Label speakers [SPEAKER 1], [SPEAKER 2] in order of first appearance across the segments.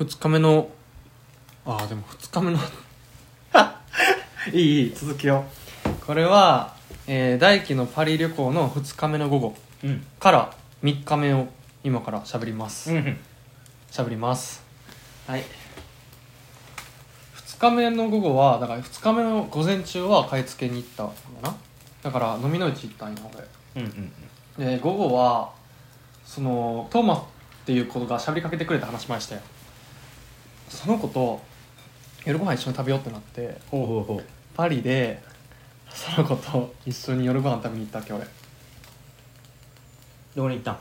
[SPEAKER 1] 2日目のああでも2日目の
[SPEAKER 2] いいいい続きよ
[SPEAKER 1] これは、えー大輝のパリ旅行の2日目の午後
[SPEAKER 2] うん
[SPEAKER 1] から3日目を今から喋ります
[SPEAKER 2] ん
[SPEAKER 1] 喋、ります
[SPEAKER 2] はい
[SPEAKER 1] 2日目の午後はだから2日目の午前中は買い付けに行ったのかなだから飲みの市行ったんや
[SPEAKER 2] うんうん
[SPEAKER 1] 俺で午後はそのトーマスっていう子が喋りかけてくれた話前したよその子と夜ご飯一緒に食べようってなって
[SPEAKER 2] ほうほうほう
[SPEAKER 1] パリでその子と一緒に夜ご飯食べに行ったっけ俺
[SPEAKER 2] どこに行ったん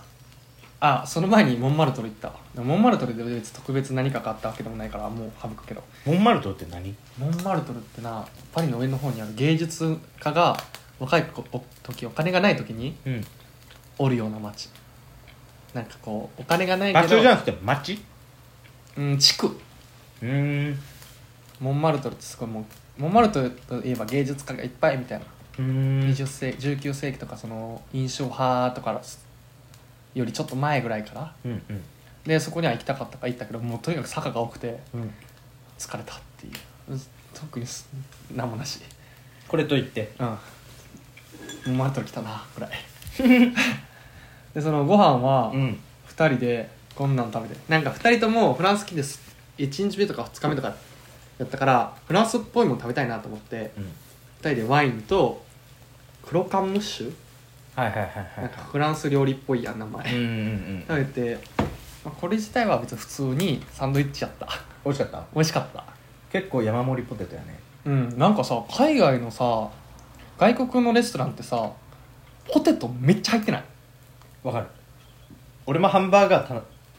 [SPEAKER 1] あその前にモンマルトル行ったわでもモンマルトルで別に特別何かがあったわけでもないからもう省くけど
[SPEAKER 2] モンマルトって何
[SPEAKER 1] モンマルトルってなパリの上の方にある芸術家が若い子お時お金がない時に
[SPEAKER 2] うん
[SPEAKER 1] おるような街なんかこうお金がない
[SPEAKER 2] 場
[SPEAKER 1] けど
[SPEAKER 2] 所じゃなくて町
[SPEAKER 1] うん地区
[SPEAKER 2] うーん
[SPEAKER 1] モンマルトルってすごいもうモンマルトルといえば芸術家がいっぱいみたいな
[SPEAKER 2] うーん
[SPEAKER 1] 20世紀19世紀とかその印象派とかよりちょっと前ぐらいから
[SPEAKER 2] うんうん
[SPEAKER 1] でそこには行きたかったから行ったけどもうとにかく坂が多くて
[SPEAKER 2] うん
[SPEAKER 1] 疲れたっていう特にす何もなし
[SPEAKER 2] これといって
[SPEAKER 1] うんもうマルトル来たなぐらい でそのご飯は
[SPEAKER 2] ん
[SPEAKER 1] 2人でこんなん食べてなんか2人ともフランス好きです1日目とか2日目とかやったからフランスっぽいもの食べたいなと思って
[SPEAKER 2] うん
[SPEAKER 1] 2人でワインと黒カンムッシュ
[SPEAKER 2] はいはいはい
[SPEAKER 1] なん
[SPEAKER 2] は
[SPEAKER 1] かフランス料理っぽいやん名前、
[SPEAKER 2] いうんうん
[SPEAKER 1] 食べて、まあ、これ自体は別に普通にサンドイッチやった
[SPEAKER 2] 美味しかった
[SPEAKER 1] 美味しかった
[SPEAKER 2] 結構山盛りポテトやね
[SPEAKER 1] うんなんかさ海外のさ外国のレストランってさポテトめっちゃ入ってない
[SPEAKER 2] わかる俺もハンバーガーた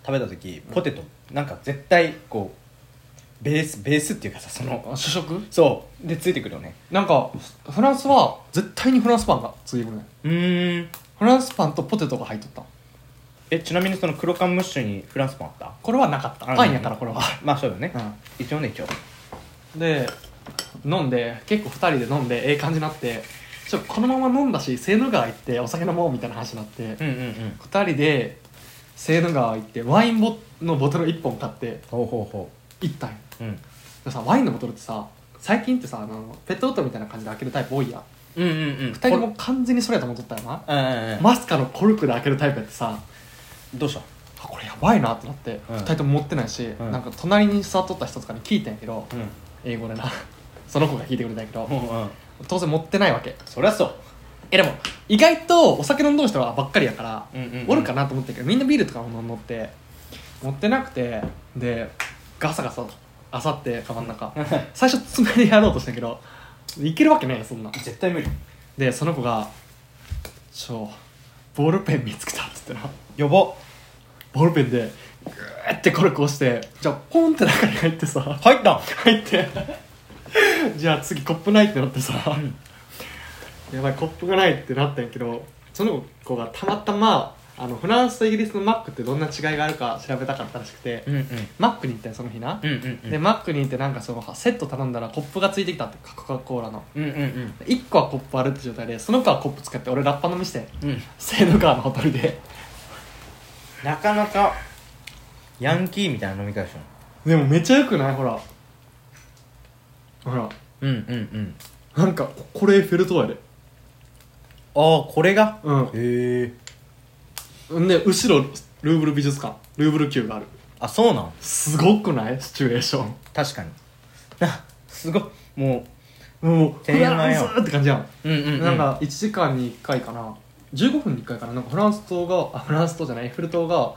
[SPEAKER 2] 食べた時ポテトなんか絶対こうベースベースっていうかさその
[SPEAKER 1] 主食
[SPEAKER 2] そうでついてくるよね
[SPEAKER 1] なんかフフランスは絶対にフランスパンがついてくるね
[SPEAKER 2] うん
[SPEAKER 1] フランスパンとポテトが入っとった
[SPEAKER 2] えちなみにその黒缶ムッシュにフランスパンあった
[SPEAKER 1] これはなかった
[SPEAKER 2] あ
[SPEAKER 1] パンやからこれは、
[SPEAKER 2] まあそうだね、
[SPEAKER 1] う
[SPEAKER 2] 一応ね一応
[SPEAKER 1] ん、で飲んで結構2人で飲んでええ感じになってちょっとこのまま飲んだしセーヌ川行ってお酒飲もうみたいな話になって、
[SPEAKER 2] うんうんうん
[SPEAKER 1] 二2人でセーヌ川行ってワインボのボトル1本買って
[SPEAKER 2] ほうほうほ
[SPEAKER 1] 行ったんよ
[SPEAKER 2] う、うん、
[SPEAKER 1] でさワインのボトルってさ最近ってさあのペットボトルみたいな感じで開けるタイプ多いやん
[SPEAKER 2] うんうんうん
[SPEAKER 1] 2人とも完全にそれやと思っとったよな
[SPEAKER 2] うんうんうん、
[SPEAKER 1] マスカのコルクで開けるタイプやってさ
[SPEAKER 2] どうした
[SPEAKER 1] あこれやばいなってなって、
[SPEAKER 2] うん
[SPEAKER 1] 二2人とも持ってないし、
[SPEAKER 2] うん
[SPEAKER 1] なんか隣に座っとった人とかに聞いたんやけど、
[SPEAKER 2] うん
[SPEAKER 1] 英語でなその子が聞いてくれたんやけど、
[SPEAKER 2] うんうん
[SPEAKER 1] 当然持ってないわけ
[SPEAKER 2] そりゃそう
[SPEAKER 1] えでも意外とお酒飲んどる人はばっかりやから、
[SPEAKER 2] うんうんうん
[SPEAKER 1] おるかなと思ってんけどみんなビールとかも飲んどって持ってなくてでガサガサあさってカバンの中最初爪でやろうとしたんやけどいけるわけないよそんな
[SPEAKER 2] 絶対無理
[SPEAKER 1] でその子が「ちょボールペン見つけた」っつってな
[SPEAKER 2] やば
[SPEAKER 1] ボールペンでグーってコルク押してじゃあポンって中に入ってさ
[SPEAKER 2] 入ったん
[SPEAKER 1] 入って じゃあ次コップないってなってさやばいコップがないってなったんやけどその子がたまたまあのフランスとイギリスのマックってどんな違いがあるか調べたかったらしくて、
[SPEAKER 2] うんうん
[SPEAKER 1] マックに行ったよその日な、
[SPEAKER 2] うんうんう
[SPEAKER 1] で
[SPEAKER 2] ん
[SPEAKER 1] マックに行ってなんかそのセット頼んだらコップがついてきたってコカ・コーラの
[SPEAKER 2] うんうん
[SPEAKER 1] 1個はコップあるって状態でその子はコップ使って俺ラッパ飲みして
[SPEAKER 2] うんうん
[SPEAKER 1] セーヌ川のほとりで
[SPEAKER 2] なかなかヤンキーみたいな飲み会でしょ
[SPEAKER 1] でもめっちゃよくないほらほら
[SPEAKER 2] うんうんうん
[SPEAKER 1] なんかこれフェルトやで
[SPEAKER 2] ああこれが
[SPEAKER 1] うん
[SPEAKER 2] へえ
[SPEAKER 1] んで後ろルーブル美術館ルーブル級がある
[SPEAKER 2] あそうなん
[SPEAKER 1] すごくないシチュエーション
[SPEAKER 2] 確かにあすごいも
[SPEAKER 1] もう
[SPEAKER 2] 天
[SPEAKER 1] フ
[SPEAKER 2] 然なん
[SPEAKER 1] ラン
[SPEAKER 2] や
[SPEAKER 1] スって感じやん、
[SPEAKER 2] ううんう
[SPEAKER 1] なんか1時間に1回かな15分に1回かななんかフランス島があフランス島じゃないエッフェル塔が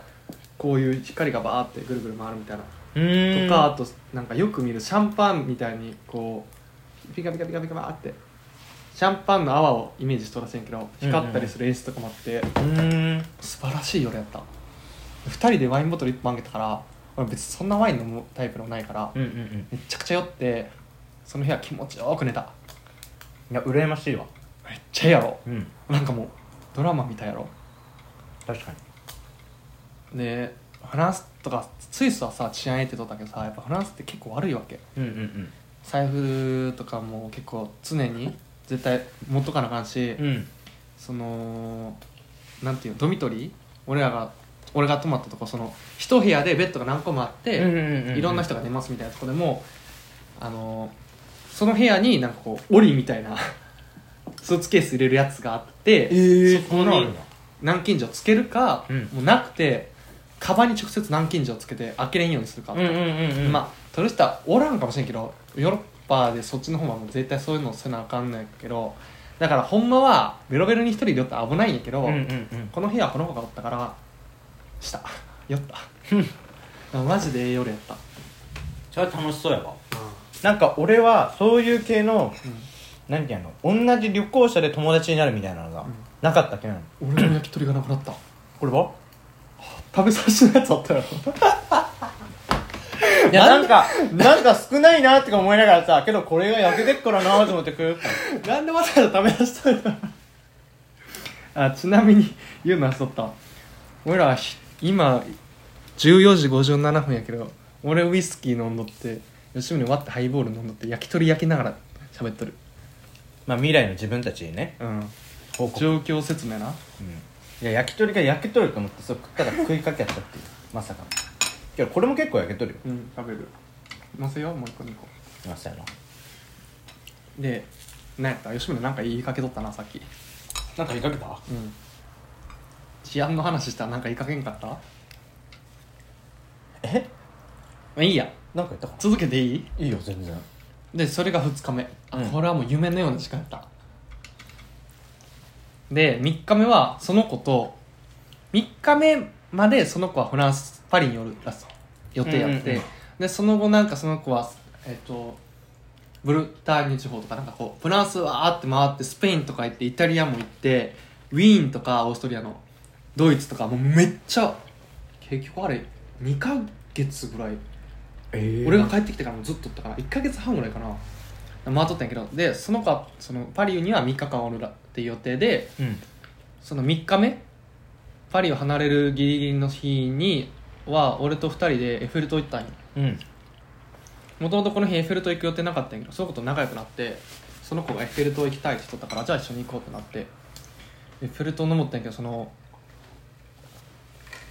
[SPEAKER 1] こういう光がバーってぐるぐる回るみたいな
[SPEAKER 2] うーん
[SPEAKER 1] とかあとなんかよく見るシャンパンみたいにこうピカピカピカピカバーってシャンパンの泡をイメージしとらせんけど光ったりする演出とかもあって
[SPEAKER 2] うーん
[SPEAKER 1] 素晴らしい夜やった2人でワインボトル1本あげたから俺別にそんなワイン飲むタイプのないから
[SPEAKER 2] うんうんうん
[SPEAKER 1] めちゃくちゃ酔ってその日は気持ちよく寝た
[SPEAKER 2] いや羨ましいわ
[SPEAKER 1] めっちゃええやろ
[SPEAKER 2] うん
[SPEAKER 1] なんかもうドラマ見たやろ
[SPEAKER 2] 確かに
[SPEAKER 1] でフランスとかスイスはさ治安得てとったけどさやっぱフランスって結構悪いわけ
[SPEAKER 2] うんうん
[SPEAKER 1] 財布とかも結構常に絶対持っとかなあかんし、
[SPEAKER 2] うんうん
[SPEAKER 1] そのなんていうのドミトリー俺らが俺が泊まったとこその一部屋でベッドが何個もあって、い
[SPEAKER 2] い
[SPEAKER 1] ろんな人が寝ますみたいなとこでもあのその部屋になんかこう檻みたいな スーツケース入れるやつがあって、
[SPEAKER 2] ええ
[SPEAKER 1] そこに南京錠つけるか、
[SPEAKER 2] うん
[SPEAKER 1] もうなくてカバンに直接南京錠つけて開けれんようにするか、
[SPEAKER 2] うんうんうんうん
[SPEAKER 1] まあ取る人はおらんかもしれんけどヨーロッパでそっちの方はもう絶対そういうのせなあかんねんけどだからほんまはベロベロに一人で寄って危ないんやけど、
[SPEAKER 2] うんうんうん
[SPEAKER 1] この部屋はこの子がおったからした酔った マジでええ夜やった
[SPEAKER 2] それは楽しそうやわなんか俺はそういう系の何て言うの同じ旅行者で友達になるみたいなのが
[SPEAKER 1] うん
[SPEAKER 2] なかったっけなの
[SPEAKER 1] 俺の焼き鳥がなくなった
[SPEAKER 2] これは
[SPEAKER 1] 食べさせのやつあったよ
[SPEAKER 2] いやなんかなんか少ないなってか思いながらさけどこれが焼けてっからなと思って食う
[SPEAKER 1] なんでわざわざ食べ出した んだあちなみに言うのはそった俺らひ今14時57分やけど俺ウイスキー飲んどって吉宗割ってハイボール飲んどって焼き鳥焼きながら喋っとる
[SPEAKER 2] まあ未来の自分たちにね
[SPEAKER 1] うん
[SPEAKER 2] 報告、うん、
[SPEAKER 1] 状況説明ない
[SPEAKER 2] や焼き鳥が焼けとると思ってそう食ったら食いかけやったっていうまさかのけどこれも結構焼けとるよ
[SPEAKER 1] うん食べるのせようもう一個2個
[SPEAKER 2] まさやな
[SPEAKER 1] でなんやった吉宗なんか言いかけとったなさっき
[SPEAKER 2] なんか言いかけた
[SPEAKER 1] うん治安の話したらなんか言いかけんかったま
[SPEAKER 2] え
[SPEAKER 1] あいいや
[SPEAKER 2] なんか言ったか
[SPEAKER 1] 続けていい
[SPEAKER 2] いいよ全然
[SPEAKER 1] でそれが2日目あ、
[SPEAKER 2] うん
[SPEAKER 1] これはもう夢のような時間やったで3日目はその子と3日目までその子はフランスパリに寄るらしい予定やって、
[SPEAKER 2] うんうんうん
[SPEAKER 1] でその後なんかその子はえっ、とブルターニュ地方とかなんかこうフランスわーって回ってスペインとか行ってイタリアも行ってウィーンとかオーストリアのドイツとかもうめっちゃ結局あれ2ヶ月ぐらい
[SPEAKER 2] え
[SPEAKER 1] 俺が帰ってきてからもずっとおったから1か月半ぐらいかな回っとったんやけどでその子はそのパリには3日間おるらっていう予定で
[SPEAKER 2] うん
[SPEAKER 1] その3日目パリを離れるギリギリの日には俺と2人でエッフェル塔行ったんよ
[SPEAKER 2] うん
[SPEAKER 1] もともとこの日エッフェル塔行く予定なかったんやけどその子と仲良くなってその子がエッフェル塔行きたいって言っとったからじゃあ一緒に行こうってなってエッフェル塔登ったんやけどその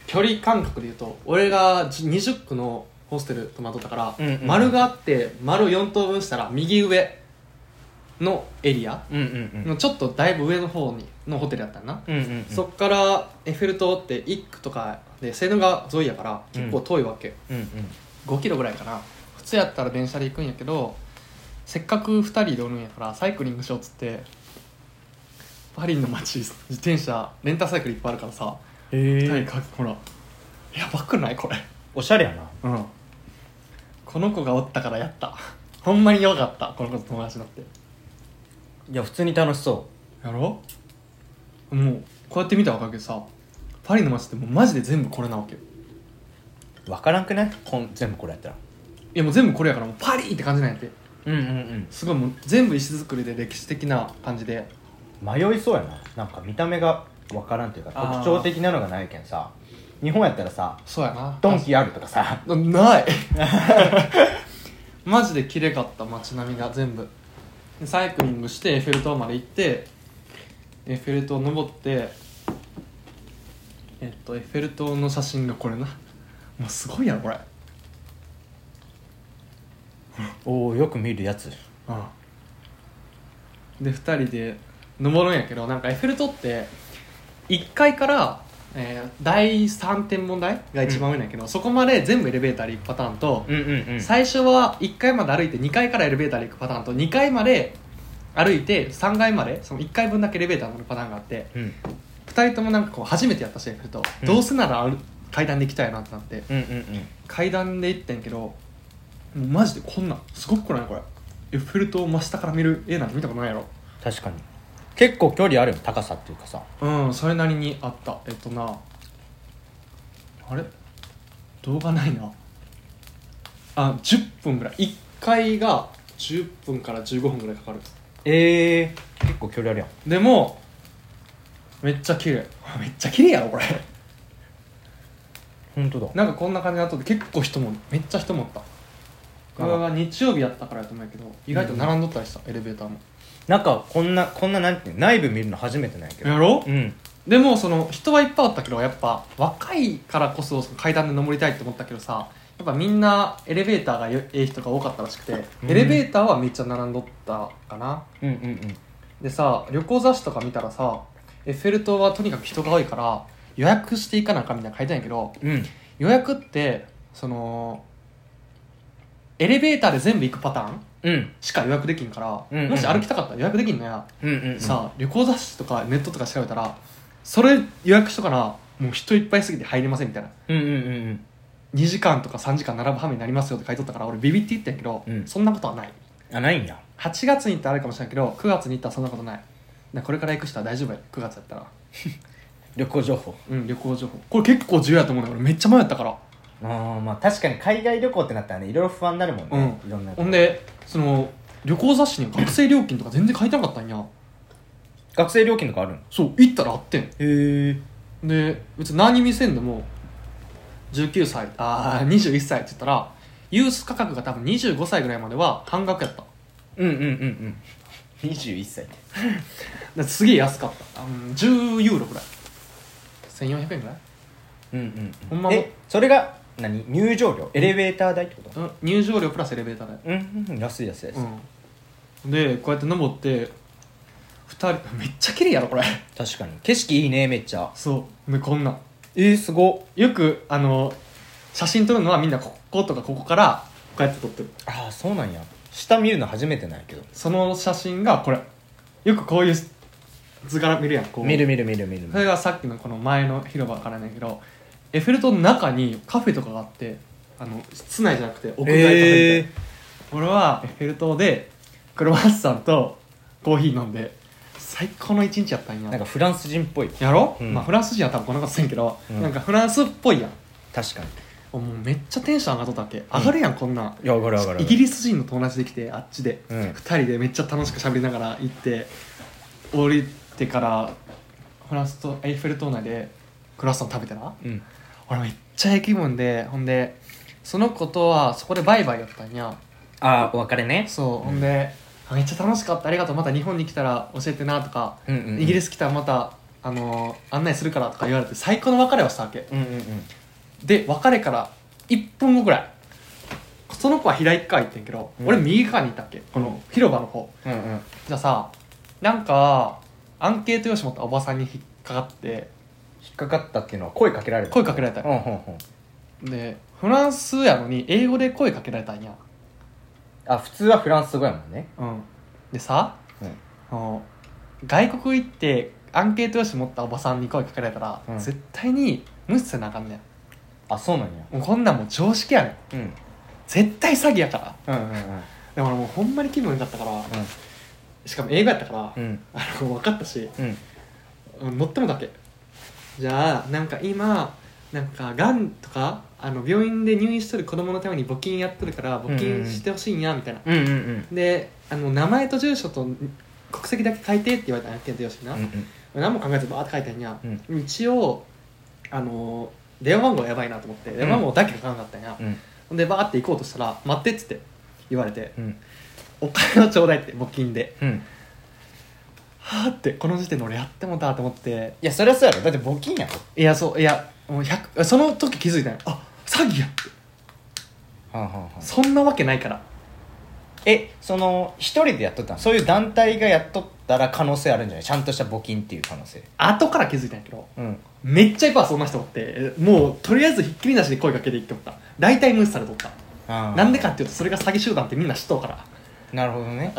[SPEAKER 1] 距離感覚で言うと俺がじ20区のホステル泊まっとったから、
[SPEAKER 2] うんうん
[SPEAKER 1] 丸があって丸を4等分したら右上のエリア
[SPEAKER 2] うんうん
[SPEAKER 1] のちょっとだいぶ上の方にのホテルやったんやな、
[SPEAKER 2] うんうん
[SPEAKER 1] そっからエッフェル塔って1区とかでセーヌ川沿いやから結構遠いわけ、
[SPEAKER 2] うんうん
[SPEAKER 1] 5キロぐらいかな普通やったら電車で行くんやけどせっかく2人でおるんやからサイクリングしようっつってパリの街自転車レンタサイクルいっぱいあるからさ、
[SPEAKER 2] え
[SPEAKER 1] はいかほらやばくないこれ
[SPEAKER 2] おしゃれやな
[SPEAKER 1] うんこの子がおったからやったほんまによかったこの子と友達になって
[SPEAKER 2] いや普通に楽しそ
[SPEAKER 1] やろもうこうやって見たらわかるけどさパリの街ってもうマジで全部これなわけよ
[SPEAKER 2] う分からんくないこん全部これやったら
[SPEAKER 1] いやもう全部これやからもうパリって感じなんやって
[SPEAKER 2] うんうん
[SPEAKER 1] すごいもう全部石造りで歴史的な感じで
[SPEAKER 2] うん迷いそうやななんか見た目が分からんというか
[SPEAKER 1] あー
[SPEAKER 2] 特徴的なのがないけんさ日本やったらさ
[SPEAKER 1] そうやな
[SPEAKER 2] ドンキあるとかさ
[SPEAKER 1] なない マジで綺麗かった街並みが全部でサイクリングしてエッフェル塔まで行ってエッフェル塔登ってえっとエッフェル塔の写真がこれなもうすごいやろこれ
[SPEAKER 2] おおよく見るやつ
[SPEAKER 1] うんで2人で登るんやけどなんかエッフェル塔って1階から、えー第3天文台が一番上なんやけど、そこまで全部エレベーターで行くパターンと、
[SPEAKER 2] うんうんう
[SPEAKER 1] 最初は1階まで歩いて2階からエレベーターで行くパターンと2階まで歩いて3階までその1階分だけエレベーター乗るパターンがあって
[SPEAKER 2] うん
[SPEAKER 1] 2人ともなんかこう初めてやったしエッフェル塔、
[SPEAKER 2] うん
[SPEAKER 1] どうせなら歩階段で行きたいなってなって
[SPEAKER 2] うんうん
[SPEAKER 1] 階段で行ってんけどもうマジでこんなんすごくないこれエッフェル塔を真下から見る絵なんて見たことないやろ
[SPEAKER 2] 確かに結構距離あるよ高さっていうかさ
[SPEAKER 1] うんそれなりにあったえっとなあれ動画ないなあ10分ぐらい1回が10分から15分ぐらいかかる
[SPEAKER 2] ええ結構距離あるやん
[SPEAKER 1] でもめっちゃ綺麗 めっちゃ綺麗やろこれ
[SPEAKER 2] 本当だ
[SPEAKER 1] なんかこんな感じになっとって結構人もめっちゃ人もおったこれは日曜日やったからやと思うんやけど意外と並んどったりした、エレベーターも
[SPEAKER 2] なんかこんなこんななんていうの内部見るの初めてなんやけど
[SPEAKER 1] やろ
[SPEAKER 2] うん
[SPEAKER 1] でもその人はいっぱいおったけどやっぱ若いからこそその階段で登りたいって思ったけどさやっぱみんなエレベーターがよええ人が多かったらしくて、
[SPEAKER 2] うん
[SPEAKER 1] エレベーターはめっちゃ並んどったかな
[SPEAKER 2] うんうんうん
[SPEAKER 1] でさ旅行雑誌とか見たらさエッフェル塔はとにかく人が多いから予約していかなあかんみたいなの書いてあるんやけど
[SPEAKER 2] うん
[SPEAKER 1] 予約ってそのエレベーターで全部行くパターン
[SPEAKER 2] うん
[SPEAKER 1] しか予約できんから、
[SPEAKER 2] うんうんうん
[SPEAKER 1] もし歩きたかったら予約できんのや、
[SPEAKER 2] うんうん
[SPEAKER 1] さあ旅行雑誌とかネットとか調べたらそれ予約しとかなもう人いっぱいすぎて入れませんみたいな
[SPEAKER 2] うんうんうん
[SPEAKER 1] 2時間とか3時間並ぶ羽目になりますよって書いとったから俺ビビって言ったんやけど、
[SPEAKER 2] うん
[SPEAKER 1] そんなことはない
[SPEAKER 2] うんあないんや
[SPEAKER 1] 8月に行ったらあるかもしれないけど9月に行ったらそんなことないだからこれから行く人は大丈夫や9月やったら
[SPEAKER 2] 旅行情報
[SPEAKER 1] うん旅行情報これ結構重要やと思うんだけどめっちゃ迷ったから
[SPEAKER 2] あーまあ確かに海外旅行ってなったらねいろいろ不安になるもんね、
[SPEAKER 1] う
[SPEAKER 2] いろんな
[SPEAKER 1] ほんでその旅行雑誌には学生料金とか全然書いてなかったんや
[SPEAKER 2] 学生料金とかあるの
[SPEAKER 1] そう行ったらあってん
[SPEAKER 2] へえ
[SPEAKER 1] で別に何見せんでも19歳ああ21歳って言ったらユース価格が多分25歳ぐらいまでは半額やっただか
[SPEAKER 2] うんうんうんうん21歳って
[SPEAKER 1] らすげえ安かった、うん、10ユーロぐらい1400円ぐらい、
[SPEAKER 2] うんうん
[SPEAKER 1] ほんまも
[SPEAKER 2] えそれが何入場料エレベーター代ってこと
[SPEAKER 1] うん、入場料プラスエレベーター代
[SPEAKER 2] うん、うん、安い安い安い、
[SPEAKER 1] うんでこうやって登って2人めっちゃ綺麗やろこれ
[SPEAKER 2] 確かに景色いいねめっちゃ
[SPEAKER 1] そうでこんなん
[SPEAKER 2] えー、すご
[SPEAKER 1] よくあの写真撮るのはみんなこことかここからこうやって撮ってる
[SPEAKER 2] ああそうなんや下見るの初めてなんやけど
[SPEAKER 1] その写真がこれよくこういう図柄見るやんこう
[SPEAKER 2] 見る見る見る見る
[SPEAKER 1] それがさっきのこの前の広場からねんけどエッフェル塔の中にカフェとかがあってあの室内じゃなくて屋外カフェみたいな、
[SPEAKER 2] えー、
[SPEAKER 1] 俺はエッフェル塔でクロワッサンとコーヒー飲んで最高の一日やったんや
[SPEAKER 2] なんかフランス人っぽい
[SPEAKER 1] やろ、
[SPEAKER 2] うん
[SPEAKER 1] まあ、フランス人は多分こんなことせんけど、
[SPEAKER 2] うん
[SPEAKER 1] なんかフランスっぽいやん
[SPEAKER 2] 確かに
[SPEAKER 1] もうめっちゃテンション上がっとったっけ上がるやん、こんなん
[SPEAKER 2] いや上がる上がる
[SPEAKER 1] イギリス人の友達できてあっちで、
[SPEAKER 2] うん
[SPEAKER 1] 2人でめっちゃ楽しく喋りながら行って降りてからフランスとエッフェル塔内でクロワッサン食べてな
[SPEAKER 2] うん
[SPEAKER 1] 俺めっちゃええ気分でほんでその子とはそこでバイバイやったんや
[SPEAKER 2] ああお別れね
[SPEAKER 1] そうほんで、あめっちゃ楽しかったありがとうまた日本に来たら教えてなとか、
[SPEAKER 2] うんうんうん
[SPEAKER 1] イギリス来たらまたあのー案内するからとか言われて最高の別れをしたわけ、
[SPEAKER 2] うんうんうん
[SPEAKER 1] で別れから1分後ぐらいその子は左側行ってんけど、
[SPEAKER 2] うん
[SPEAKER 1] 俺右側にいたっけこの広場の方
[SPEAKER 2] うんうん
[SPEAKER 1] じゃあさなんかアンケート用紙持ったおばさんに引っかかって
[SPEAKER 2] 引っかかったっていうのは声かけられた
[SPEAKER 1] 声かけられた
[SPEAKER 2] うんうんうん
[SPEAKER 1] でフランスやのに英語で声かけられたんや
[SPEAKER 2] あ普通はフランス語やもんね
[SPEAKER 1] うんでさ
[SPEAKER 2] うん
[SPEAKER 1] あの外国行ってアンケート用紙持ったおばさんに声かけられたら、
[SPEAKER 2] うん
[SPEAKER 1] 絶対に無視せなあかんね
[SPEAKER 2] あそうなんや
[SPEAKER 1] んもうこんなんもう常識やねん
[SPEAKER 2] うん
[SPEAKER 1] 絶対詐欺やから
[SPEAKER 2] うんうんうん
[SPEAKER 1] でも俺もうほんまに気分良かったからしかも英語やったから、
[SPEAKER 2] うん
[SPEAKER 1] あの分かったし
[SPEAKER 2] うん
[SPEAKER 1] うん乗ってもだけじゃあなんか今なんかがんとかあの病院で入院しとる子供のために募金やっとるから募
[SPEAKER 2] うんうんう
[SPEAKER 1] 金
[SPEAKER 2] ん
[SPEAKER 1] してほしいんやみたいな、
[SPEAKER 2] うんうんうん
[SPEAKER 1] であの名前と住所と国籍だけ書いてって言われたんやけどよしな、
[SPEAKER 2] うん
[SPEAKER 1] 何も考えずバーって書いたんや、
[SPEAKER 2] うん
[SPEAKER 1] 一応あの電話番号やばいなと思って電話番号だけ書かなかったんや、
[SPEAKER 2] うん
[SPEAKER 1] ほんでバーって行こうとしたら「待って」っつって言われて
[SPEAKER 2] うん
[SPEAKER 1] 「お金をちょうだい」って募金で
[SPEAKER 2] うん
[SPEAKER 1] はあってこの時点で俺やってもうたと思って
[SPEAKER 2] いやそりゃそうやろだって募金やろ
[SPEAKER 1] いやそういやもう100その時気づいたのあ詐欺やって
[SPEAKER 2] はあはあはあ
[SPEAKER 1] そんなわけないから
[SPEAKER 2] えその一人でやっとったのそういう団体がやっとったら可能性あるんじゃないちゃんとした募金っていう可能性
[SPEAKER 1] 後から気づいたんやけど
[SPEAKER 2] うん
[SPEAKER 1] めっちゃいっぱいそんな人おってもうとりあえずひっきりなしで声かけていっておった大体無視されとったな
[SPEAKER 2] なん
[SPEAKER 1] でかっていうとそれが詐欺集団ってみんな知っとうから
[SPEAKER 2] なるほどね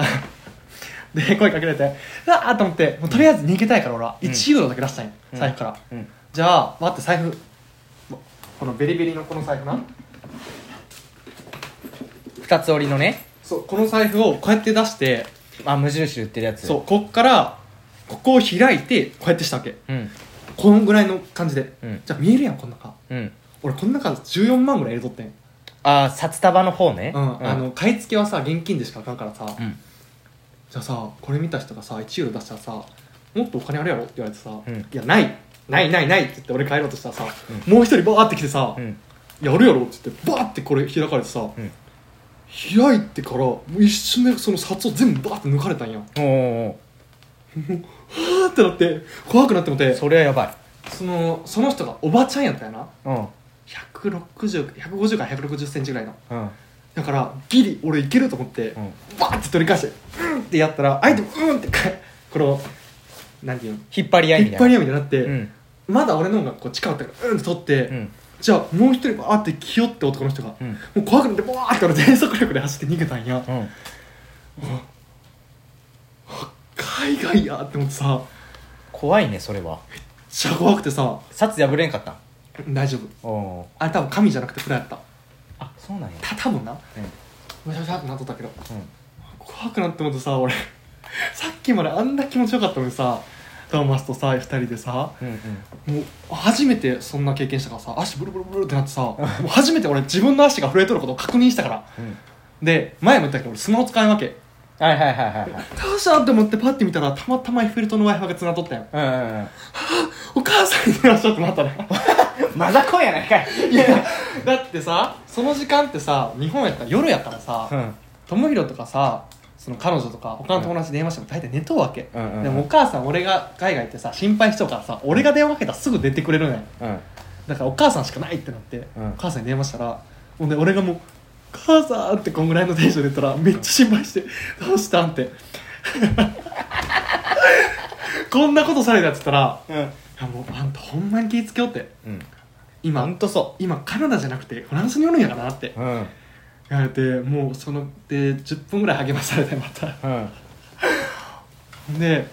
[SPEAKER 1] で声かけられてうわーっと思ってもうとりあえず逃げたいから俺は
[SPEAKER 2] うん
[SPEAKER 1] 1ユーロだけ出したい財布から、
[SPEAKER 2] うん
[SPEAKER 1] じゃあ待って財布このベリベリのこの財布な
[SPEAKER 2] 二つ折りのね
[SPEAKER 1] そうこの財布をこうやって出して
[SPEAKER 2] あ無印売ってるやつ
[SPEAKER 1] そうこっからここを開いてこうやってしたわけ
[SPEAKER 2] うん
[SPEAKER 1] このぐらいの感じで、
[SPEAKER 2] うん
[SPEAKER 1] じゃあ見えるやんこん中
[SPEAKER 2] うん
[SPEAKER 1] 俺こん中14万ぐらい入れとってん、うん
[SPEAKER 2] あー札束の方ね
[SPEAKER 1] あの買い付けはさ現金でしかあかんからさ、
[SPEAKER 2] うん
[SPEAKER 1] じゃあさこれ見た人がさ1ユーロ出したらさもっとお金あるやろって言われてさ、
[SPEAKER 2] うん
[SPEAKER 1] いやないないないないって言って俺帰ろうとしたらさ、もう一人バーって来てさ、
[SPEAKER 2] うん
[SPEAKER 1] やるやろって言ってバーってこれ開かれてさ、
[SPEAKER 2] ん
[SPEAKER 1] 開いてからもう一瞬でその札を全部バーって抜かれたんや
[SPEAKER 2] おーおー
[SPEAKER 1] はーってなって怖くなってもてそ
[SPEAKER 2] それはやばい
[SPEAKER 1] のその人がおばちゃんやったやな
[SPEAKER 2] うん
[SPEAKER 1] 160 150から1 6 0ンチぐらいの
[SPEAKER 2] うん
[SPEAKER 1] だからギリ俺いけると思って、
[SPEAKER 2] うん
[SPEAKER 1] バーって取り返してうんってやったら相手もうんってか この何て言うの
[SPEAKER 2] 引っ張り合いみ
[SPEAKER 1] 引
[SPEAKER 2] た
[SPEAKER 1] っ張
[SPEAKER 2] いな
[SPEAKER 1] り合いみたいになって、
[SPEAKER 2] うん
[SPEAKER 1] まだ俺の方がこう近かったからうんって取って、
[SPEAKER 2] うん
[SPEAKER 1] じゃあもう一人バーってきよって男の人が、
[SPEAKER 2] うん
[SPEAKER 1] もう怖くなってバーって俺全速力で走って逃げたんや、
[SPEAKER 2] うん
[SPEAKER 1] 海外やって思ってさ
[SPEAKER 2] 怖いねそれは
[SPEAKER 1] めっちゃ怖くてさ
[SPEAKER 2] 札破れんかった
[SPEAKER 1] 大丈夫
[SPEAKER 2] おお
[SPEAKER 1] あれ多分神じゃなくてフラやった
[SPEAKER 2] あそうなんや
[SPEAKER 1] た多分な
[SPEAKER 2] うん
[SPEAKER 1] むしゃむしゃってなっとったけど
[SPEAKER 2] うん
[SPEAKER 1] 怖くなってもってさ俺 さっきまであんな気持ちよかったのにさトーマスとさ2人でさ
[SPEAKER 2] うんうん
[SPEAKER 1] もう初めてそんな経験したからさ足ブルブルブルってなってさもう初めて俺自分の足が震えとることを確認したから
[SPEAKER 2] うん
[SPEAKER 1] で前も言ったけど俺スマホ使えんわけ
[SPEAKER 2] はいはいはいはいはい
[SPEAKER 1] どうしたって思ってパッて見たらたまたまエッフェル塔の Wi-Fi が繋がっとったよ
[SPEAKER 2] うんうんうん
[SPEAKER 1] お母さんに電話しとってなった ね
[SPEAKER 2] マザコンやないかい
[SPEAKER 1] いやだってさその時間ってさ日本やったら夜やからさ、
[SPEAKER 2] うん
[SPEAKER 1] 友弘とかさその彼女とか他の友達に電話しても大体寝とうわけ、
[SPEAKER 2] うんうんうん
[SPEAKER 1] でもお母さん俺が海外行ってさ心配しとうからさ俺が電話かけたらすぐ出てくれるのよ
[SPEAKER 2] うん
[SPEAKER 1] だからお母さんしかないってなって、
[SPEAKER 2] うん
[SPEAKER 1] お母さんに電話したらもうね俺がもう「母さん!」ってこんぐらいのテンションで言ったらめっちゃ心配して「どうしたん?」って こんなことされたって言ったら「
[SPEAKER 2] うん
[SPEAKER 1] いやもうあんたほんまに気ぃつけよう」って
[SPEAKER 2] うん
[SPEAKER 1] 今
[SPEAKER 2] ほんとそ
[SPEAKER 1] 今カナダじゃなくてフランスにおるんやからなって
[SPEAKER 2] ううん
[SPEAKER 1] 言われてもうそので10分ぐらい励まされてまた
[SPEAKER 2] うん
[SPEAKER 1] で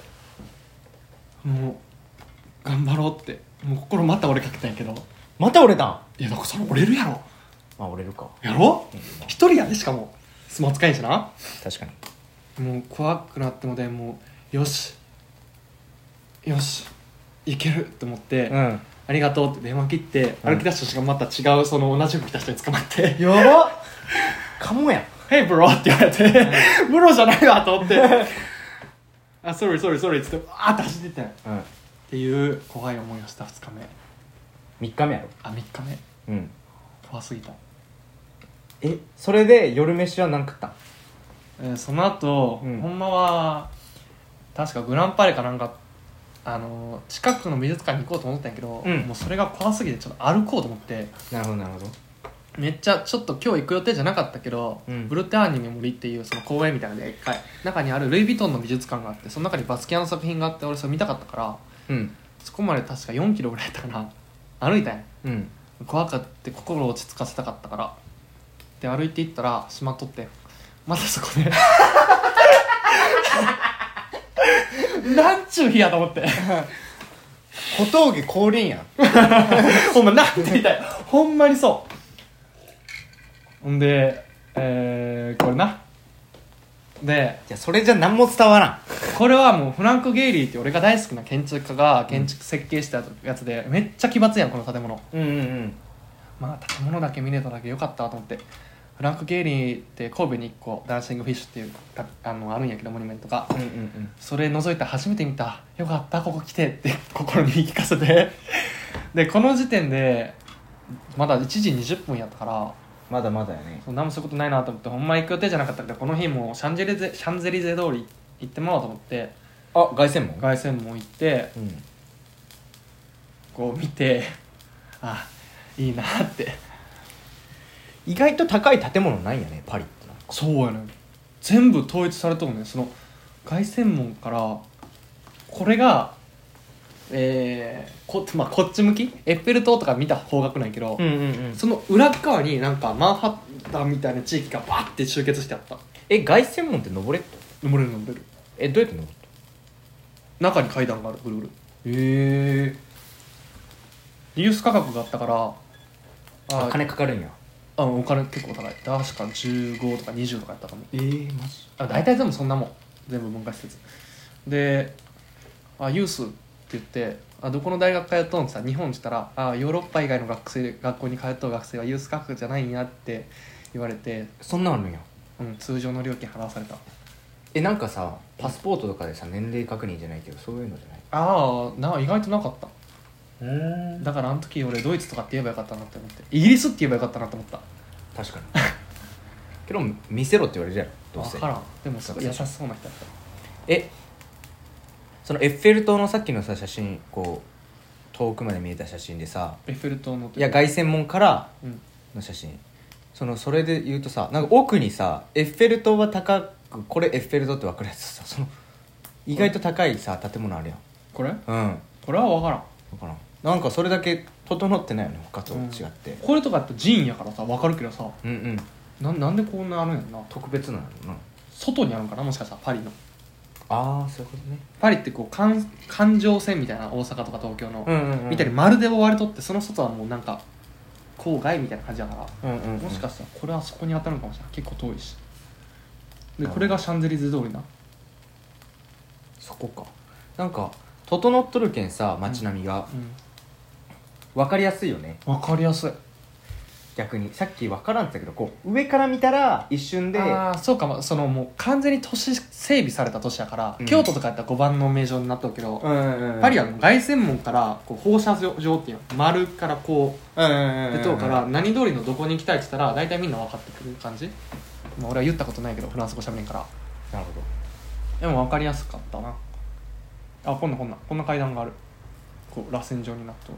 [SPEAKER 1] もう頑張ろうってもう心また折れかけたんやけど
[SPEAKER 2] また折れたん
[SPEAKER 1] いやだからそれ折れるやろ
[SPEAKER 2] あ折れるか
[SPEAKER 1] やろ一人やでしかも相撲使えんしな
[SPEAKER 2] 確かに
[SPEAKER 1] もう怖くなってもでもうよしよしいけると思って、
[SPEAKER 2] ん
[SPEAKER 1] ありがとうって電話切って
[SPEAKER 2] うん
[SPEAKER 1] 歩き出した瞬間また違うその同じ服着た人に捕まって
[SPEAKER 2] やばっかもやん
[SPEAKER 1] 「Hey ブロ」って言われて「ブロじゃないわ」と思って「あソリソリソリ」っつってわーって走っていったんや
[SPEAKER 2] うん
[SPEAKER 1] っていう怖い思いをした2日目
[SPEAKER 2] 3日目やろ
[SPEAKER 1] あ3日目
[SPEAKER 2] うん
[SPEAKER 1] 怖すぎた、
[SPEAKER 2] えそれで夜飯は何食ったん
[SPEAKER 1] えーその後、
[SPEAKER 2] うん
[SPEAKER 1] ほんまは確かグランパレかなんかあのー近くの美術館に行こうと思ったんやけど、
[SPEAKER 2] うん
[SPEAKER 1] もうそれが怖すぎてちょっと歩こうと思って
[SPEAKER 2] なるほどなるほど
[SPEAKER 1] めっちゃちょっと今日行く予定じゃなかったけど、
[SPEAKER 2] うん
[SPEAKER 1] ブルテアーニの森っていうその公園みたいなので一回中にあるルイ・ヴィトンの美術館があってその中にバスキアの作品があって俺それ見たかったから
[SPEAKER 2] うん
[SPEAKER 1] そこまで確か4キロぐらいやったかな歩いたんや
[SPEAKER 2] うん
[SPEAKER 1] 怖かって心を落ち着かせたかったからで歩いていったらしまっとってまたそこでなんちゅう日やと思って
[SPEAKER 2] 小峠降臨やん
[SPEAKER 1] ほんまなんて言いたいほんまにそうほんでえー、これなで
[SPEAKER 2] いやそれじゃ何も伝わらん
[SPEAKER 1] これはもうフランク・ゲイリーって俺が大好きな建築家が建築設計したやつでめっちゃ奇抜やんこの建物
[SPEAKER 2] うんうん
[SPEAKER 1] まあ建物だけ見れただけよかったと思ってフランク・ゲイリーって神戸に1個ダンシングフィッシュっていうたあのあるんやけどモニュメントが
[SPEAKER 2] うんうんうん
[SPEAKER 1] それ覗いて初めて見たよかったここ来てって心に言い聞かせてでこの時点でまだ1時20分やったから
[SPEAKER 2] まだまだやね
[SPEAKER 1] そう何もすることないなと思ってほんま行く予定じゃなかったけどこの日もうシャンゼリゼシャンゼリゼ通り行ってもらおうと思って
[SPEAKER 2] あ凱旋門
[SPEAKER 1] 凱旋門行って
[SPEAKER 2] うん
[SPEAKER 1] こう見てあいいなって
[SPEAKER 2] 意外と高い建物ないんやねパリってな
[SPEAKER 1] そうやね全部統一されとるねその凱旋門からこれがえーこ,、まあ、こっち向きエッフェル塔とか見た方角なんやけど、
[SPEAKER 2] んうんうん
[SPEAKER 1] その裏側になんかマンハッタンみたいな地域がバッて集結してあった
[SPEAKER 2] え凱旋門って登れっと
[SPEAKER 1] 登れる登れる
[SPEAKER 2] えどうやって登っ
[SPEAKER 1] 中に階段があるぐるぐる
[SPEAKER 2] たへえ
[SPEAKER 1] リユース価格があったから
[SPEAKER 2] あ金かかるんや
[SPEAKER 1] あお金結構高い確か15とか20とかやったと思う
[SPEAKER 2] ええマジ
[SPEAKER 1] あ大体でもそんなもん全部文化施設であユースって言ってあどこの大学通っとんってさ日本って言ったらあヨーロッパ以外の学生学校に通っとう学生はユース価格じゃないんやって言われて、
[SPEAKER 2] そんなんあるんや
[SPEAKER 1] うん、通常の料金払わされた
[SPEAKER 2] えなんかさパスポートとかでさ年齢確認じゃないけどそういうのじゃない
[SPEAKER 1] ああな意外となかった
[SPEAKER 2] うん
[SPEAKER 1] だからあの時俺ドイツとかって言えばよかったなって思ってイギリスって言えばよかったなと思った
[SPEAKER 2] 確かにけど見せろって言われるやろどう
[SPEAKER 1] 分
[SPEAKER 2] せ
[SPEAKER 1] からんでもすごい優しそうな人だった
[SPEAKER 2] えそのエッフェル塔のさっきのさ写真こう遠くまで見えた写真でさ
[SPEAKER 1] エッフェル塔のと
[SPEAKER 2] いや凱旋門から
[SPEAKER 1] うん
[SPEAKER 2] の写真そのそれで言うとさなんか奥にさエッフェル塔は高くこれエッフェル塔って分かるやつさその意外と高いさ建物あるやん
[SPEAKER 1] これ
[SPEAKER 2] うん
[SPEAKER 1] これは分からん
[SPEAKER 2] 分からんなんかそれだけ整ってないよね他と違って
[SPEAKER 1] これとかって寺院やからさ分かるけどさ
[SPEAKER 2] うんうん
[SPEAKER 1] ななんでこんなあるんやろな
[SPEAKER 2] 特別なのな
[SPEAKER 1] 外にあるんかなもしかしたらパリの
[SPEAKER 2] ああそういうことね
[SPEAKER 1] パリってこう環環状線みたいな大阪とか東京の、
[SPEAKER 2] んうん
[SPEAKER 1] みたいに丸で覆われとってその外はもうなんか郊外みたいな感じだから、
[SPEAKER 2] うんうんうん
[SPEAKER 1] もしかしたらこれはそこに当たるのかもしれない結構遠いし
[SPEAKER 2] なる
[SPEAKER 1] で
[SPEAKER 2] ほど
[SPEAKER 1] これがシャンゼリゼ通りな
[SPEAKER 2] そこかなんか整っとるけんさ街並みが、
[SPEAKER 1] う
[SPEAKER 2] 分かりやすいよね
[SPEAKER 1] ん分かりやすい
[SPEAKER 2] 逆にさっき分からんって言ったけどこう上から見たら一瞬で
[SPEAKER 1] ああそうかもそのもう完全に都市整備された都市やから、
[SPEAKER 2] うん
[SPEAKER 1] 京都とかやったら5番の名城になっとるけど、
[SPEAKER 2] うん
[SPEAKER 1] パリはもう凱旋門からこう放射状っていうの丸からこう
[SPEAKER 2] うんうんうん
[SPEAKER 1] 出とうから何通りのどこに行きたいって言ったら大体みんな分かってくる感じ、まあ、俺は言ったことないけどフランス語しゃべれんから
[SPEAKER 2] なるほど
[SPEAKER 1] でも分かりやすかったなあこんなこんなこんな階段があるこう螺旋状になっと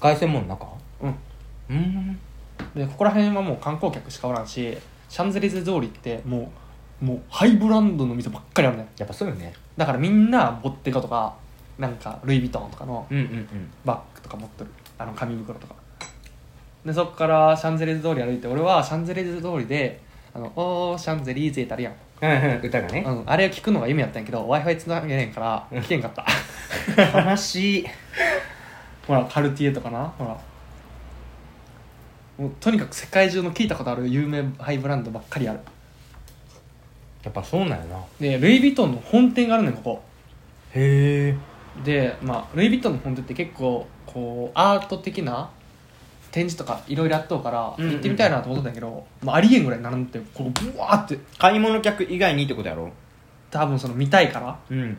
[SPEAKER 2] 凱旋門の中
[SPEAKER 1] るうん
[SPEAKER 2] うん
[SPEAKER 1] でここら辺はもう観光客しかおらんしシャンゼリゼ通りってもうもうハイブランドの店ばっかりあるねん
[SPEAKER 2] やっぱそうよね
[SPEAKER 1] だからみんなボッテガとかなんかルイ・ヴィトンとかの
[SPEAKER 2] うんうんうん
[SPEAKER 1] バッグとか持ってるあの紙袋とかでそっからシャンゼリゼ通り歩いて俺はシャンゼリゼ通りで「あのおーシャンゼリーゼ」ってあるやん、
[SPEAKER 2] うんうん歌が
[SPEAKER 1] う
[SPEAKER 2] ね
[SPEAKER 1] ん、あれを聞くのが夢やったんやけど w i f i つなげねんから聞けんかった
[SPEAKER 2] 悲しい
[SPEAKER 1] ほらカルティエとかなほらもうとにかく世界中の聞いたことある有名ハイブランドばっかりある
[SPEAKER 2] やっぱそうなんやな
[SPEAKER 1] でルイ・ヴィトンの本店があるのよここ
[SPEAKER 2] へえ
[SPEAKER 1] で、まあ、ルイ・ヴィトンの本店って結構こうアート的な展示とかいろいろやっとうから
[SPEAKER 2] うんうん
[SPEAKER 1] 行ってみたいなと思ったんだけど、まあ、ありえんぐらい並んでてこうブワーって
[SPEAKER 2] 買い物客以外にってことやろ
[SPEAKER 1] 多分その見たいから
[SPEAKER 2] うん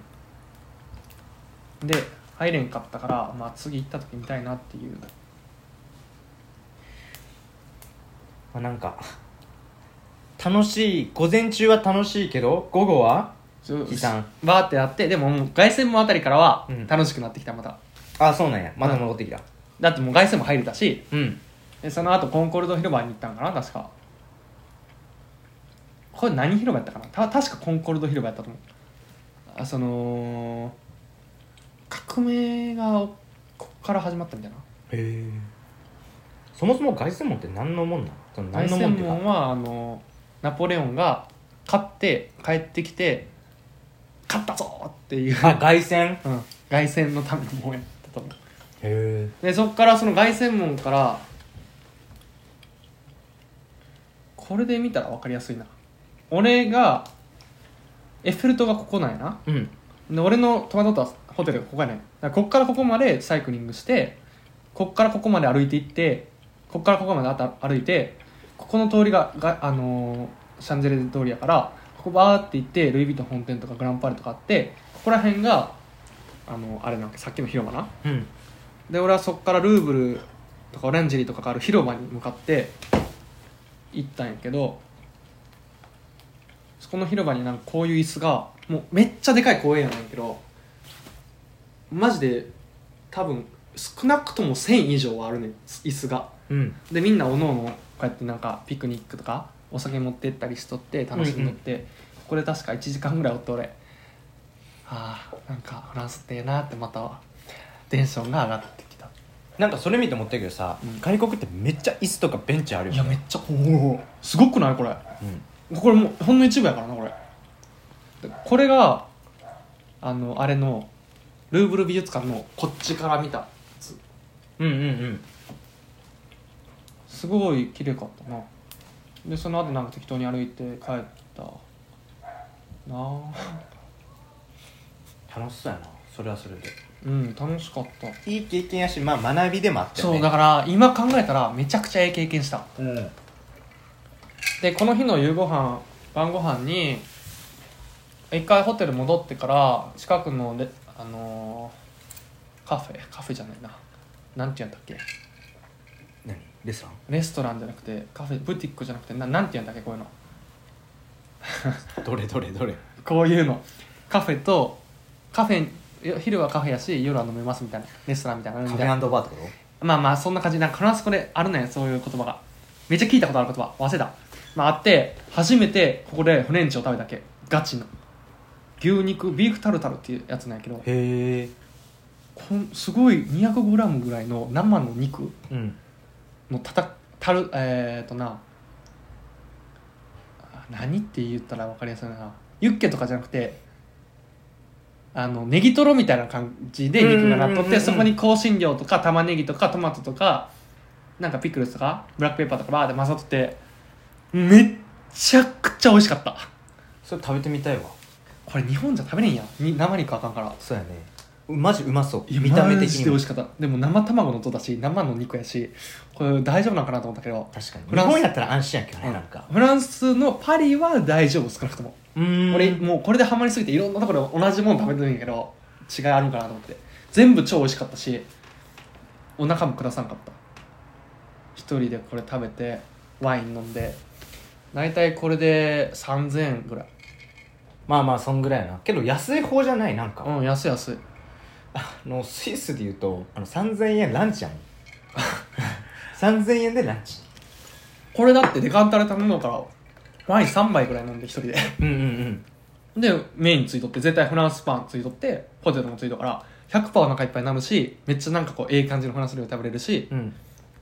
[SPEAKER 1] で入れんかったから、まあ、次行った時見たいなっていう
[SPEAKER 2] まあなんか楽しい午前中は楽しいけど午後は
[SPEAKER 1] そう
[SPEAKER 2] 悲惨
[SPEAKER 1] バーってやってでももう凱旋門あたりからは
[SPEAKER 2] うん
[SPEAKER 1] 楽しくなってきたまた
[SPEAKER 2] あそうなんやまた戻ってきた
[SPEAKER 1] だってもう凱旋門入れたし
[SPEAKER 2] うん
[SPEAKER 1] でその後コンコルド広場に行ったんかな確かこれ何広場やったかなた確かコンコルド広場やったと思うあその革命がこっから始まったみたいな
[SPEAKER 2] へえそもそも凱旋門って何のもんなのその
[SPEAKER 1] 凱
[SPEAKER 2] 何のもん
[SPEAKER 1] 旋
[SPEAKER 2] っていうか
[SPEAKER 1] 門はあのナポレオンが勝って帰ってきて勝ったぞっていう、
[SPEAKER 2] あ凱旋へ
[SPEAKER 1] うん、凱旋のためのもんやったと思う
[SPEAKER 2] え
[SPEAKER 1] でそっからその凱旋門からこれで見たら分かりやすいな俺がエッフェル塔がここなんやな
[SPEAKER 2] うん
[SPEAKER 1] で俺の泊まっとったホテルがここやねんだからこっからここまでサイクリングしてこっからここまで歩いていってこっからここまであた歩いてここの通りがが、あのーシャンゼリゼ通りやからここバーって行ってルイ・ヴィトン本店とかグランパーレとかあってここら辺が、あのーあれなんかさっきの広場な
[SPEAKER 2] うん
[SPEAKER 1] で俺はそこからルーブルとかオレンジェリーとかがある広場に向かって行ったんやけどそこの広場になんかこういう椅子がもうめっちゃでかい公園やねんけどマジで多分少なくとも1000以上はあるねん椅子が
[SPEAKER 2] うん
[SPEAKER 1] でみんなおのおのこうやってなんかピクニックとかお酒持ってったりしとって楽しんどって、ここで確か1時間ぐらいおって俺ああなんかフランスってええなってまたテンションが上がってきた
[SPEAKER 2] なんかそれ見て思ったけどさ、
[SPEAKER 1] うん
[SPEAKER 2] 外国ってめっちゃ椅子とかベンチあるよ
[SPEAKER 1] い
[SPEAKER 2] ね
[SPEAKER 1] やめっちゃおおすごくないこれこれもうほんの一部やからなこれでこれがあのあれのルーブル美術館のこっちから見た
[SPEAKER 2] うん、うんうんうん
[SPEAKER 1] すごい綺麗かったなでその後なんか適当に歩いて帰ったなあ
[SPEAKER 2] 楽しそうやなそれはそれで
[SPEAKER 1] うん楽しかった
[SPEAKER 2] いい経験やしまあ学びでもあったよ
[SPEAKER 1] そ
[SPEAKER 2] ね
[SPEAKER 1] うだから今考えたらめちゃくちゃええ経験した
[SPEAKER 2] うんうん
[SPEAKER 1] でこの日の夕ご飯晩ご飯に一回ホテル戻ってから近くのレあのーカフェカフェじゃないななんて言うんだっけ
[SPEAKER 2] 何レストラン
[SPEAKER 1] レストランじゃなくてカフェブティックじゃなくてななんて言うんだっけこういうの
[SPEAKER 2] どれどれどれ
[SPEAKER 1] こういうのカフェとカフェよ昼はカフェやし夜は飲めますみたいなレストランみたいなのあ
[SPEAKER 2] カ
[SPEAKER 1] るみ
[SPEAKER 2] フ
[SPEAKER 1] たいな
[SPEAKER 2] ェバーってこと
[SPEAKER 1] まあまあそんな感じなんかフランス語であるのよそういう言葉がめっちゃ聞いたことある言葉忘れた、まあ、あって初めてここでフレンチを食べたっけガチの牛肉ビーフタルタルっていうやつなんやけど
[SPEAKER 2] へえ
[SPEAKER 1] こんすごい 200g ぐらいの生の肉
[SPEAKER 2] うん
[SPEAKER 1] のたたたるえー、っとなあ何って言ったら分かりやすいなユッケとかじゃなくてあのネギトロみたいな感じで肉がなっと
[SPEAKER 2] うんうん
[SPEAKER 1] っ
[SPEAKER 2] うんうん
[SPEAKER 1] てそこに香辛料とか玉ねぎとかトマトとかなんかピクルスとかブラックペッパーとかバーって混ざっとってめっちゃくちゃ美味しかった
[SPEAKER 2] それ食べてみたいわ
[SPEAKER 1] これ日本じゃ食べれんやんに生肉あかんから
[SPEAKER 2] そうやねうマジうまそう
[SPEAKER 1] いや
[SPEAKER 2] 見た目的
[SPEAKER 1] マジで
[SPEAKER 2] に
[SPEAKER 1] 美
[SPEAKER 2] も
[SPEAKER 1] 味しかったでも生卵の音だし生の肉やしこれ大丈夫なんかなと思ったけど
[SPEAKER 2] 確かに
[SPEAKER 1] フ
[SPEAKER 2] 日
[SPEAKER 1] ランス
[SPEAKER 2] 本やったら安心やけどねなんか
[SPEAKER 1] フランスのパリは大丈夫少なくとも、
[SPEAKER 2] うーん
[SPEAKER 1] 俺もうこれでハマりすぎていろんなところで同じもの食べてるんやけど違いあるんかなと思って全部超美味しかったしお腹も下さんかった一人でこれ食べてワイン飲んで大体これで3000円ぐらい
[SPEAKER 2] まあまあそんぐらいやなけど安い方じゃないなんか、
[SPEAKER 1] うん安い安い
[SPEAKER 2] あのスイスでいうとあの3000円ランチやもん 3000円でランチ
[SPEAKER 1] これだってデカンタレ頼むのからワイン3杯ぐらい飲んで一人で
[SPEAKER 2] うんうんうん
[SPEAKER 1] でメインついとって絶対フランスパンついとってポテトもついとから100%お腹いっぱいになるしめっちゃなんかこうええ感じのフランス料理食べれるし
[SPEAKER 2] うん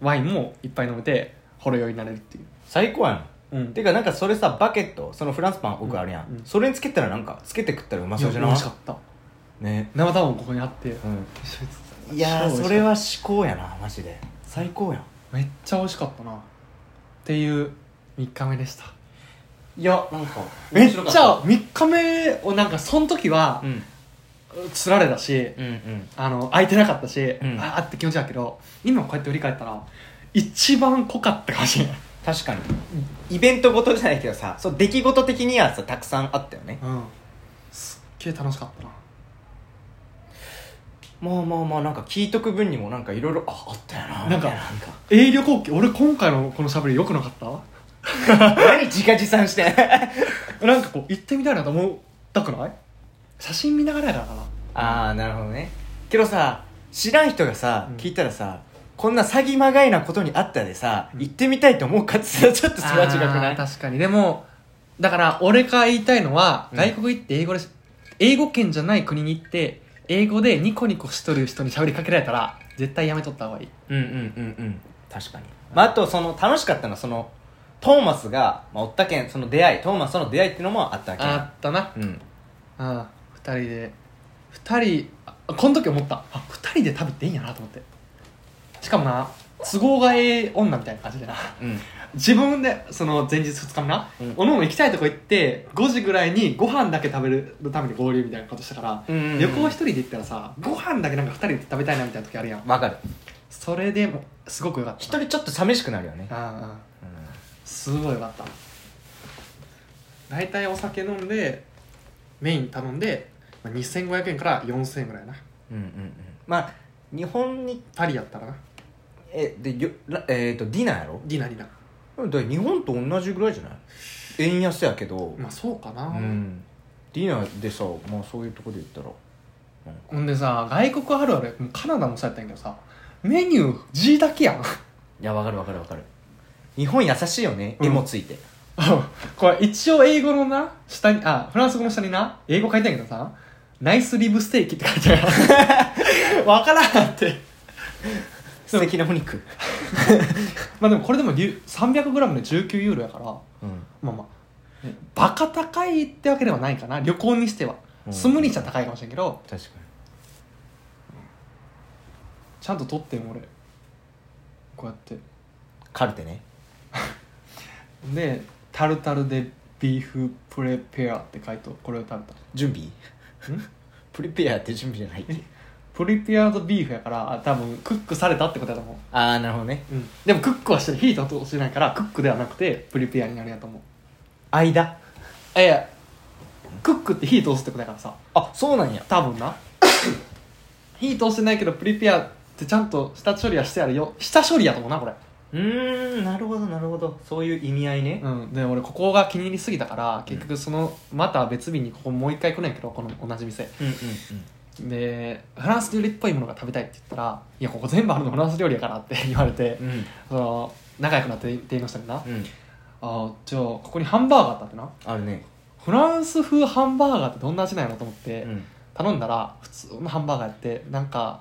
[SPEAKER 1] ワインもいっぱい飲めてほろ酔いになれるっていう、
[SPEAKER 2] 最高やん
[SPEAKER 1] うん、
[SPEAKER 2] てかなんかそれさバケットそのフランスパン奥あるやん、
[SPEAKER 1] うんうん
[SPEAKER 2] それにつけたらなんかつけて食ったらうまそうじゃ
[SPEAKER 1] い
[SPEAKER 2] な
[SPEAKER 1] や
[SPEAKER 2] い
[SPEAKER 1] 美味しかった
[SPEAKER 2] ね
[SPEAKER 1] 生卵ここにあって
[SPEAKER 2] う
[SPEAKER 1] 一緒に作った
[SPEAKER 2] んいや
[SPEAKER 1] 超
[SPEAKER 2] ー
[SPEAKER 1] 美味しかった
[SPEAKER 2] それは至高やなマジで最高やん
[SPEAKER 1] めっちゃ美味しかったなっていう3日目でした
[SPEAKER 2] いやなんか
[SPEAKER 1] めっちゃ3日目をなんかその時は
[SPEAKER 2] うん
[SPEAKER 1] つられたし、
[SPEAKER 2] うんうん
[SPEAKER 1] あの空いてなかったし、
[SPEAKER 2] ん
[SPEAKER 1] ああって気持ちだけど今こうやって振り返ったら一番濃かったかもしれない、
[SPEAKER 2] 確かにイベントごとじゃないけどさそう出来事的にはさたくさんあったよね
[SPEAKER 1] うん、すっげえ楽しかったな
[SPEAKER 2] まあまあまあなんか聞いとく分にもなんかいろいろああったよ
[SPEAKER 1] な
[SPEAKER 2] な
[SPEAKER 1] んか
[SPEAKER 2] みたいなんか
[SPEAKER 1] 営業後期俺今回のこのしゃべりよくなかった
[SPEAKER 2] 何自画自賛して
[SPEAKER 1] なんかこう行ってみたいなと思ったくない写真見ながらやからかな
[SPEAKER 2] ああなるほどねけどさ知らん人がさ、
[SPEAKER 1] うん
[SPEAKER 2] 聞いたらさこんな詐欺まがいなことにあったでさ、行ってみたいと思うかって さちょっとそれは違くな
[SPEAKER 1] あー
[SPEAKER 2] い
[SPEAKER 1] 確かにでもだから俺が言いたいのは、
[SPEAKER 2] うん
[SPEAKER 1] 外国行って英語でし英語圏じゃない国に行って英語でニコニコしとる人に喋りかけられたら絶対やめとった方がいい
[SPEAKER 2] うんうんうんうん確かに、まあ、あとその楽しかったのはそのトーマスが、まあ、おったけんその出会いトーマスとの出会いっていうのもあったわけ
[SPEAKER 1] あったな
[SPEAKER 2] うん
[SPEAKER 1] うん二人で二人あこの時思ったあ二人で食べていいんやなと思ってしかもな都合がええ女みたいな感じでな
[SPEAKER 2] うん
[SPEAKER 1] 自分でその前日2日目な、
[SPEAKER 2] うん
[SPEAKER 1] おのおの行きたいとこ行って5時ぐらいにご飯だけ食べるために合流みたいなことしたから、
[SPEAKER 2] うんうんうん
[SPEAKER 1] 旅行一人で行ったらさご飯だけなんか2人で食べたいなみたいな時あるやん
[SPEAKER 2] わかる
[SPEAKER 1] それでもすごくよかった
[SPEAKER 2] 一人ちょっと寂しくなるよね、
[SPEAKER 1] ああ
[SPEAKER 2] うん
[SPEAKER 1] すごいよかった大体お酒飲んでメイン頼んでまあ2500円から4000円ぐらいな
[SPEAKER 2] うんうんうんまあ日本に
[SPEAKER 1] パリやったらな
[SPEAKER 2] えでよらえー、とディナーやろ
[SPEAKER 1] ディナリナ
[SPEAKER 2] だから日本と同じぐらいじゃない円安やけど、
[SPEAKER 1] まあそうかな、
[SPEAKER 2] うん、ディナーでさ、まあ、そういうとこで言ったらなんか
[SPEAKER 1] ほんでさ外国あるあるもうカナダもそうやったんやけどさメニュー G だけやん
[SPEAKER 2] いやわかるわかるわかる日本優しいよね、
[SPEAKER 1] うん
[SPEAKER 2] 絵もついて
[SPEAKER 1] うん これ一応英語のな下にあフランス語の下にな英語書いてんやけどさナイスリブステーキって書いてある わからんって
[SPEAKER 2] 素敵なお肉、
[SPEAKER 1] まあでもこれでも流 300g で19ユーロやからま
[SPEAKER 2] うん、
[SPEAKER 1] あまあねバカ高いってわけではないかな旅行にしては
[SPEAKER 2] うん
[SPEAKER 1] 住むにしちゃ高いかもしれんけど
[SPEAKER 2] 確か
[SPEAKER 1] ちゃんと取ってん俺こうやって
[SPEAKER 2] にカルテね
[SPEAKER 1] でタルタルでビーフプレペアって書いとこれを食べた
[SPEAKER 2] 準備
[SPEAKER 1] ん
[SPEAKER 2] プリペアって準備じゃないって
[SPEAKER 1] プリペアードビーフやからあ多分クックされたってことやと思う
[SPEAKER 2] ああなるほどね
[SPEAKER 1] うん、でもクックはしてるヒートはしてないからクックではなくてプリペアになるやと思う
[SPEAKER 2] 間
[SPEAKER 1] えやクックってヒート押すってことだからさ
[SPEAKER 2] あそうなんや
[SPEAKER 1] 多分 なヒート押してないけどプリペアってちゃんと下処理はしてあるよ下処理やと思うなこれ
[SPEAKER 2] うーんなるほどなるほどそういう意味合いね、
[SPEAKER 1] うん、で俺ここが気に入りすぎたから結局そのまた別日にここもう一回来ないけどこの同じ店
[SPEAKER 2] うん、うん
[SPEAKER 1] でフランス料理っぽいものが食べたいって言ったら「いやここ全部あるのフランス料理やから」って言われて、
[SPEAKER 2] うんうん
[SPEAKER 1] その仲良くなって店員の人にな「あ
[SPEAKER 2] うん
[SPEAKER 1] あじゃあここにハンバーガーあったってな
[SPEAKER 2] あるね
[SPEAKER 1] フランス風ハンバーガーってどんな味なんやろ?」と思って、
[SPEAKER 2] うん
[SPEAKER 1] 頼んだら普通のハンバーガーやってなんか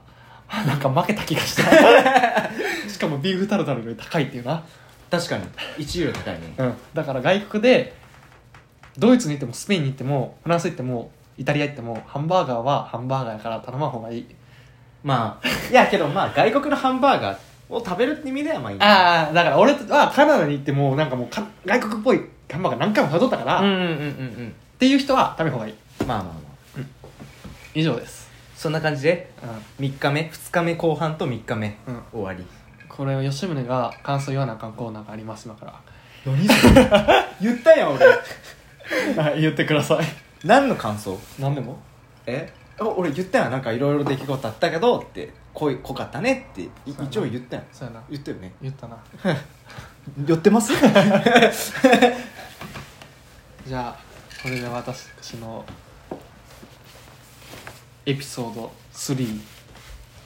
[SPEAKER 1] なんか負けた気がした しかもビーフタルタルより高いっていうな
[SPEAKER 2] 確かに1ユーロ高いね
[SPEAKER 1] うん、だから外国でドイツに行ってもスペインに行ってもフランス行ってもイタリア行ってもハンバーガーはハンバーガーやから頼まん方がいい
[SPEAKER 2] ま あいやけどまあ外国のハンバーガーを食べるって意味ではまあいい
[SPEAKER 1] ああだから俺はカナダに行ってもなんかもうか外国っぽいハンバーガー何回も食べとったから、
[SPEAKER 2] うん
[SPEAKER 1] っ
[SPEAKER 2] うんうんうんうん
[SPEAKER 1] ていう人は食べん方がいい
[SPEAKER 2] まあまあまあ
[SPEAKER 1] 以上です、
[SPEAKER 2] そんな感じで
[SPEAKER 1] う
[SPEAKER 2] 3日目2日目後半と3日目
[SPEAKER 1] んうん、
[SPEAKER 2] 終わり
[SPEAKER 1] これを吉宗が感想言わなあかんコーナーがあります今か
[SPEAKER 2] 何そ れ言ったやん俺
[SPEAKER 1] ら言ってください
[SPEAKER 2] 何の感想
[SPEAKER 1] 何でも
[SPEAKER 2] えあ俺言ったやんなんかいろいろ出来事あったけどって濃い濃かったねってい
[SPEAKER 1] そうやな
[SPEAKER 2] 一応言ったやん
[SPEAKER 1] そうやな
[SPEAKER 2] 言ったよね
[SPEAKER 1] 言ったな
[SPEAKER 2] 寄ってます
[SPEAKER 1] じゃあこれで私のエピソード3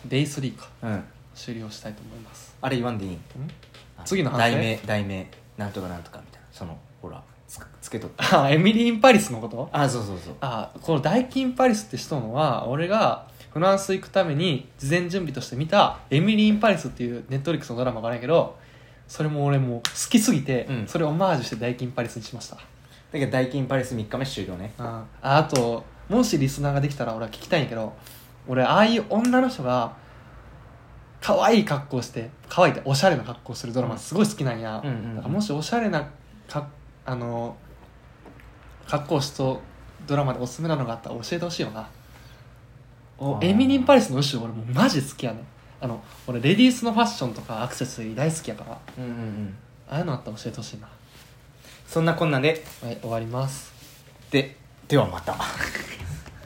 [SPEAKER 1] デイ3か
[SPEAKER 2] うん
[SPEAKER 1] 終了したいと思います
[SPEAKER 2] あれ言わんでいいあ
[SPEAKER 1] 次の反省
[SPEAKER 2] 題名題名なんとかなんとかみたいなそのほらつつけとっ た
[SPEAKER 1] あエミリー・イン・パリスのこと
[SPEAKER 2] あそうそうそう
[SPEAKER 1] あこのダイキン・パリスって人のは俺がフランス行くために事前準備として見た「エミリー・イン・パリス」っていうネットフリックスのドラマがあるんやけどそれも俺もう好きすぎて、
[SPEAKER 2] うん
[SPEAKER 1] それをオマージュしてダイキン・パリスにしました
[SPEAKER 2] だけど代金パレス3日目終了ね
[SPEAKER 1] ああともしリスナーができたら俺は聞きたいんやけど俺ああいう女の人が可愛い格好して可愛いっておしゃれな格好するドラマすごい好きなんや、
[SPEAKER 2] うんうんうん
[SPEAKER 1] だからもしおしゃれなかあの格好しとドラマでおすすめなのがあったら教えてほしいよなお
[SPEAKER 2] あー
[SPEAKER 1] エミリン・パリスの後ろ俺もうマジ好きやねんあの俺レディースのファッションとかアクセサリー大好きやから
[SPEAKER 2] うんうんうん
[SPEAKER 1] ああいうのあったら教えてほしいな
[SPEAKER 2] そんなこんなで
[SPEAKER 1] はい終わります
[SPEAKER 2] でではまた